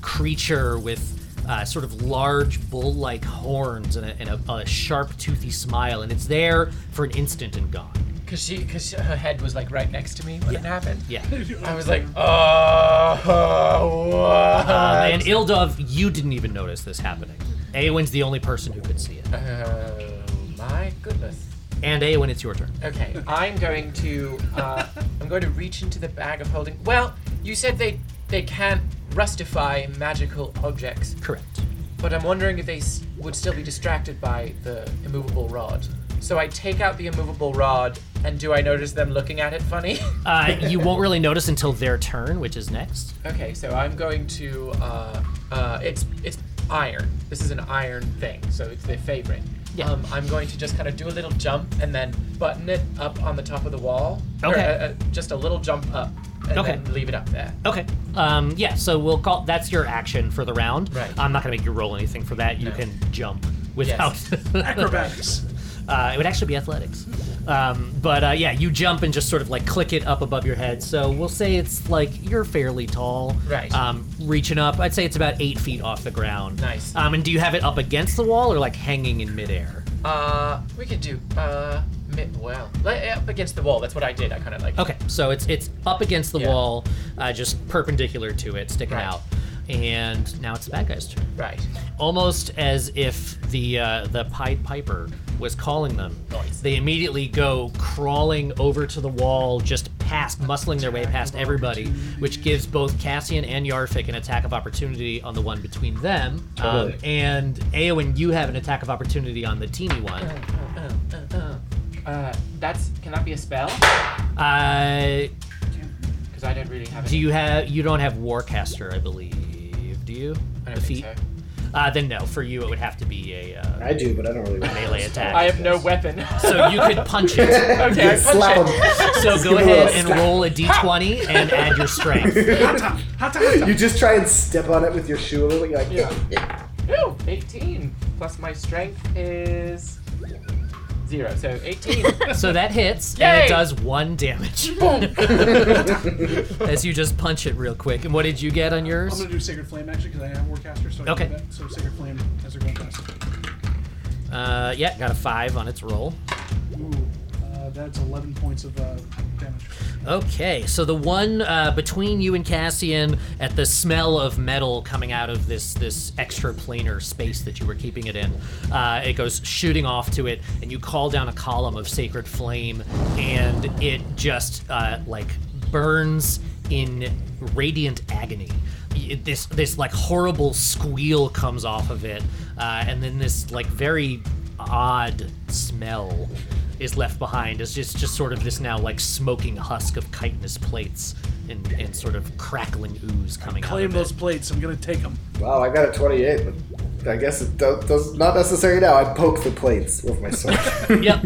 creature with uh, sort of large bull-like horns and, a, and a, a sharp, toothy smile, and it's there for an instant and gone. Cause she, cause her head was like right next to me when it happened. Yeah. I was like, oh, what? Uh, and Ildov, you didn't even notice this happening. Awen's the only person who could see it. Oh my goodness. And Awen, it's your turn. Okay, I'm going to uh, I'm going to reach into the bag of holding. Well, you said they they can't rustify magical objects, Correct. but I'm wondering if they s- would still be distracted by the immovable rod. So I take out the immovable rod, and do I notice them looking at it funny? Uh, you won't really notice until their turn, which is next. okay, so I'm going to uh, uh, it's it's iron. This is an iron thing, so it's their favorite. Yeah. Um, I'm going to just kind of do a little jump and then button it up on the top of the wall. Or, Okay. uh, uh, just a little jump up and Okay. then leave it up there. Okay. Um, yeah. So we'll call that's your action for the round. Right. I'm not gonna make you roll anything for that. You No. can jump without. Acrobatics. uh, it would actually be athletics. Um, but uh, yeah, you jump and just sort of like click it up above your head. So we'll say it's like you're fairly tall. Right. Um, reaching up. I'd say it's about eight feet off the ground. Nice. Um, and do you have it up against the wall or like hanging in midair? Uh, we could do uh, mi- well, li- up against the wall. That's what I did. I kind of like. Okay, so it's it's up against the Yeah. wall, uh, just perpendicular to it, sticking Right. out. And now it's the bad guy's turn. Right. Almost as if the uh, the Pied Piper was calling them. Nice. They immediately go crawling over to the wall, just past, muscling their way past everybody, which gives both Cassian and Yarfik an attack of opportunity on the one between them. Um, Oh, Totally. and Eowyn, you have an attack of opportunity on the teeny one. Uh, that's can that be a spell? Uh, Because I don't really have. Do any- you have? You don't have Warcaster, I believe. Do you? I don't The think feat? so. Uh, then no. For you, it would have to be a uh, I do, but I don't really. want melee to. attack. I have no weapon. so you could punch it. okay, I punch Slap it. him. So go give it a ahead little and stab. roll a d20 and add your strength. You just try and step on it with your shoe a little. You're like, Ooh, 18 plus my strength is zero, so 18. So that hits and it Yay! does one damage Boom. as you just punch it real quick. And what did you get on I'm yours? gonna do Sacred Flame actually because I am Warcaster, so I Okay. can do that. So Sacred Flame as they're going past. Uh, yeah, got a five on its roll. Ooh, uh, that's 11 points of uh, damage. Okay, so the one uh, between you and Cassian, at the smell of metal coming out of this this extraplanar space that you were keeping it in, uh, it goes shooting off to it, and you call down a column of sacred flame, and it just uh, like burns in radiant agony. Y- This this like horrible squeal comes off of it, uh, and then this like very odd smell is left behind is just just sort of this now like smoking husk of chitinous plates and, and sort of crackling ooze coming out Claim of those it. plates. I'm gonna take them. wow, I got a 28, but I guess it does, does not necessary now. I poke the plates with my sword. yep.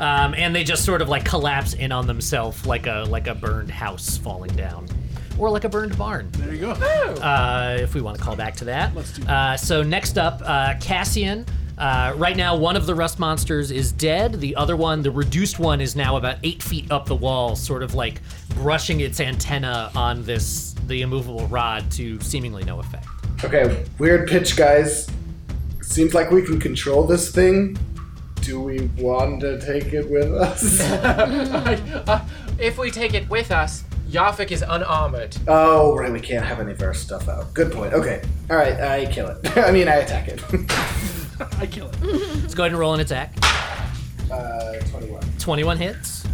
Um, and they just sort of like collapse in on themselves like a like a burned house falling down. Or like a burned barn, There you go. uh, if we want to call back to that. Let's do Uh, so next up, uh, Cassian. Uh, right now, one of the rust monsters is dead. The other one, the reduced one, is now about eight feet up the wall, sort of like brushing its antenna on this the immovable rod to seemingly no effect. okay, weird pitch, guys. Seems like we can control this thing. Do we want to take it with us? Uh, if we take it with us, Yafik is unarmored. oh, right, we can't have any of our stuff out. Good point. Okay, all right, I kill it. I mean, I attack it. I kill it. Let's go ahead and roll an attack. uh, 21. Twenty-one hits.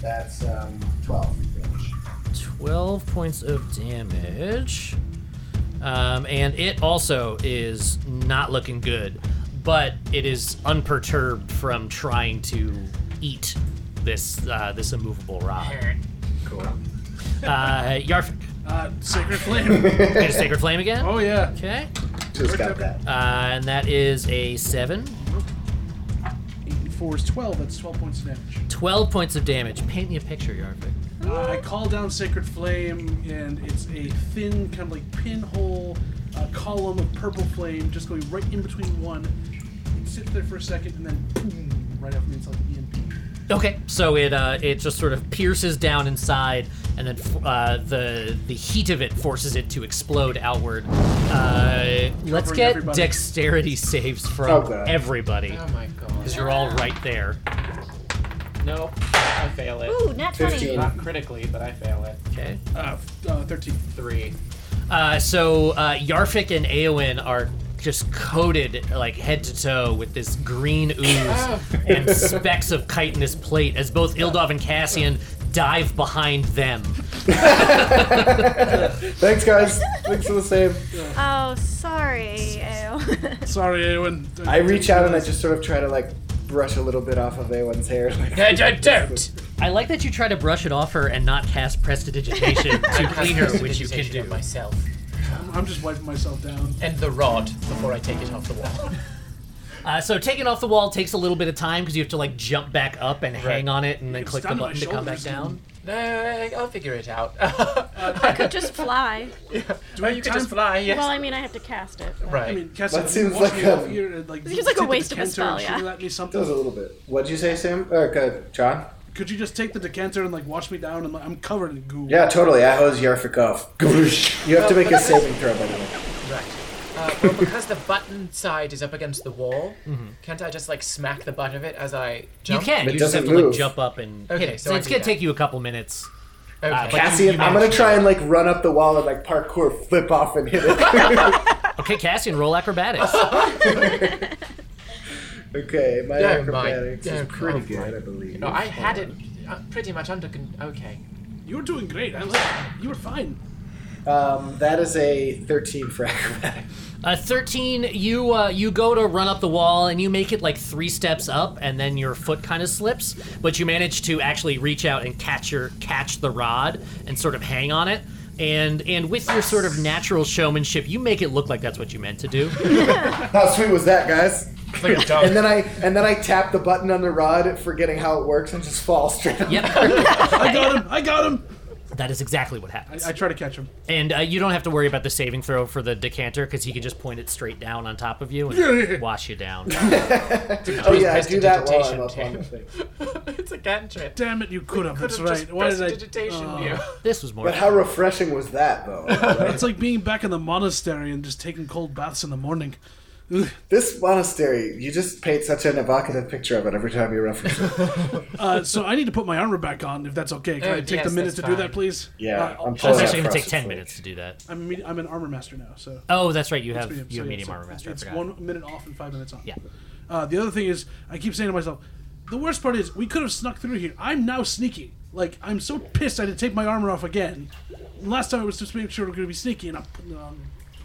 That's um, 12. damage. 12 points of damage. Um, and it also is not looking good, but it is unperturbed from trying to eat this uh, this immovable rod. Cool. Uh, Yarfik, Uh, Sacred Flame. gonna sacred flame again. Oh yeah. Okay, Just got that. uh, and that is a seven. Eight and four is 12. That's 12 points of damage. 12 points of damage. Paint me a picture, Yarfik. Uh, I call down Sacred Flame, and it's a thin, kind of like pinhole uh, column of purple flame just going right in between one. It sits there for a second, and then boom, right off me, it's like E an EMP. Okay, so it uh, it just sort of pierces down inside, and then f- uh, the the heat of it forces it to explode outward. Uh, let's Covering get everybody. dexterity saves from Oh, God. everybody Oh my god. because you're all right there. Nope. I fail it. Ooh, not 20. Fifteen. Not critically, but I fail it. Okay. Uh, f- uh, 13. Three. Uh, so uh, Yarfik and Eowyn are just coated like head to toe with this green ooze and specks of chitinous plate as both Ildov and Cassian dive behind them. Thanks, guys. Thanks for the save. Oh, sorry. Ew. Sorry, Eowyn. I reach out and I just sort of try to like brush a little bit off of Awen's hair. Like, Don't. I like that you try to brush it off her and not cast prestidigitation to clean her, which you can do. myself I'm, I'm just wiping myself down. and the rod before I take it off the wall. Uh, so taking off the wall takes a little bit of time because you have to like jump back up and hang on it and then click the stand on button my to come back shoulders down. no, I'll figure it out. Could just fly. Do I you can just fly. Yes. Well, I mean, I have to cast it. right. I mean, Cassian, That seems watch like me over a- here and, like, seems like take a the waste of a decanter and spell, yeah. shoot it at me something. that was a little bit. What'd you say, Sam? Or uh, John? Could you just take the decanter and like wash me down? And like, I'm covered in goo. Yeah, totally. I hose Yarfik off. Goosh. You have to make a saving throw, by the way. Right. Uh, well, because the button side is up against the wall, can't I just like smack the butt of it as I You jump? can. But You it just have to doesn't like move. jump up and Okay, hit it. so So I it's do gonna that. take you a couple minutes. Okay. Uh, but- Cassian, I'm gonna try and like run up the wall and like parkour flip off and hit it. Okay, Cassian, roll acrobatics. okay, my Don't acrobatics mind. is Don't pretty mind. good, I believe. no, I had it uh, pretty much under. Con- okay. You were doing great. I like. You were fine. Um, that is a 13 for acrobatics. Uh, Thirteen, you uh, you go to run up the wall and you make it like three steps up, and then your foot kind of slips, but you manage to actually reach out and catch your catch the rod and sort of hang on it. And and with your sort of natural showmanship, you make it look like that's what you meant to do. How sweet was that, guys? It's like a dog. And then I and then I tap the button on the rod, forgetting how it works, and just fall straight. Up. Yep, I got him. I got him. that is exactly what I, happens. I try to catch him. And uh, you don't have to worry about the saving throw for the decanter because he can just point it straight down on top of you and wash you down. Oh yeah, I do that while I'm Prestidigitation up on the too. thing. it's a cantrip. Damn it, you could have. That's Could've right. just Why did I? prestidigitation you. This was more. But how refreshing was that, though? It's like being back in the monastery and just taking cold baths in the morning. this monastery, you just paint such an evocative picture of it every time you reference it. Uh, so I need to put my armor back on, if that's okay. Can Uh, I take yes, the minute that's to do fine. that, please? Yeah, Uh, I'm That's totally actually gonna across take the ten floor. minutes to do that. I'm, a med- I'm an armor master now, so. Oh, that's right. You have so you have yeah, medium so armor master. I It's forgot. one minute off and five minutes on. Yeah. Uh, the other thing is, I keep saying to myself, the worst part is we could have snuck through here. I'm now sneaky. Like I'm so pissed I had to take my armor off again. Last time I was just making sure we're going to be sneaky, and I'm putting it on.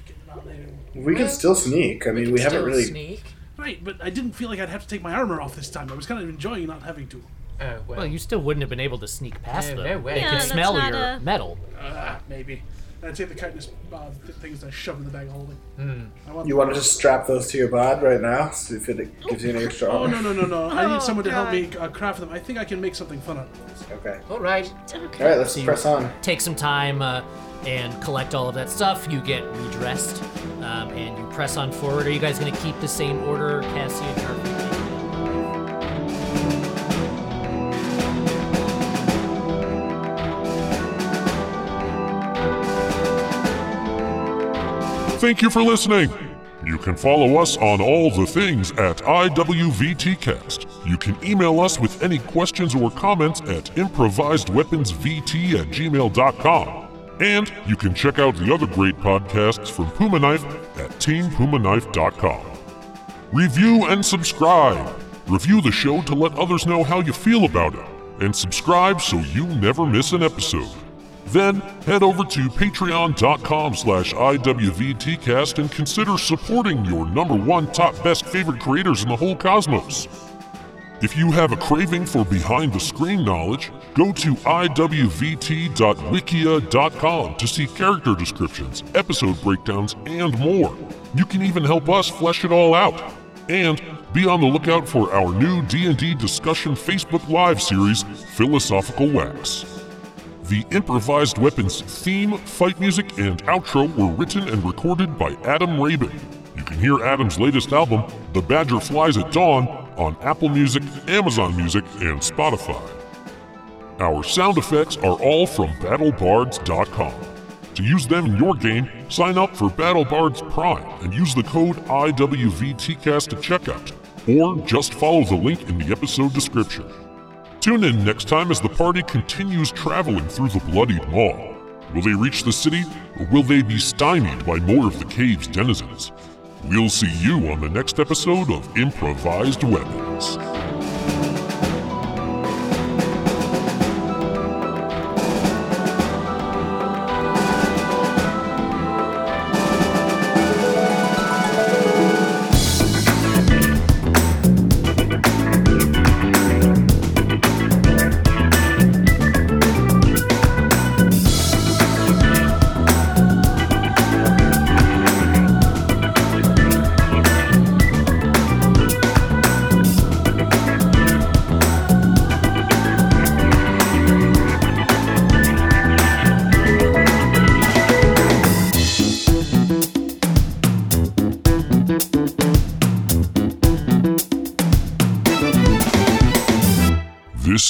getting it on later. We can still sneak. I mean, we, haven't Still really. sneak. Right, but I didn't feel like I'd have to take my armor off this time. I was kind of enjoying not having to. Oh well. Well, you still wouldn't have been able to sneak past No, them. no way. They Yeah, could that's smell not your a- metal. Ah, maybe. And I take the chitinous uh, th- things I shove in the bag of holding. Hmm. I want You want to just strap those to your bod right now, see if it gives you any extra Oh armor. no no no no! I need someone to help God. me uh, craft them. I think I can make something fun out of this. Okay. All right. All right, let's press on. Take some time uh, and collect all of that stuff. You get redressed, um, and you press on forward. Are you guys gonna keep the same order, Cassie and Jarvan? Thank you for listening. You can follow us on all the things at IWVTcast. You can email us with any questions or comments at improvisedweaponsvt at gmail.com. And you can check out the other great podcasts from Puma Knife at teampumaknife.com. Review and subscribe. Review the show to let others know how you feel about it. And subscribe so you never miss an episode. Then head over to patreon.com slash IWVTcast and consider supporting your number one top best favorite creators in the whole cosmos. If you have a craving for behind the screen knowledge, go to iwvt.wikia.com to see character descriptions, episode breakdowns, and more. You can even help us flesh it all out. And be on the lookout for our new D&D discussion Facebook live series, Philosophical Wax. The improvised weapons theme, fight music, and outro were written and recorded by Adam Rabin. You can hear Adam's latest album, The Badger Flies at Dawn, on Apple Music, Amazon Music, and Spotify. Our sound effects are all from battlebards.com. To use them in your game, sign up for BattleBards Prime and use the code IWVTCast at checkout, or just follow the link in the episode description. Tune in next time as the party continues traveling through the bloodied mall. Will they reach the city, or will they be stymied by more of the cave's denizens? We'll see you on the next episode of Improvised Weapons. This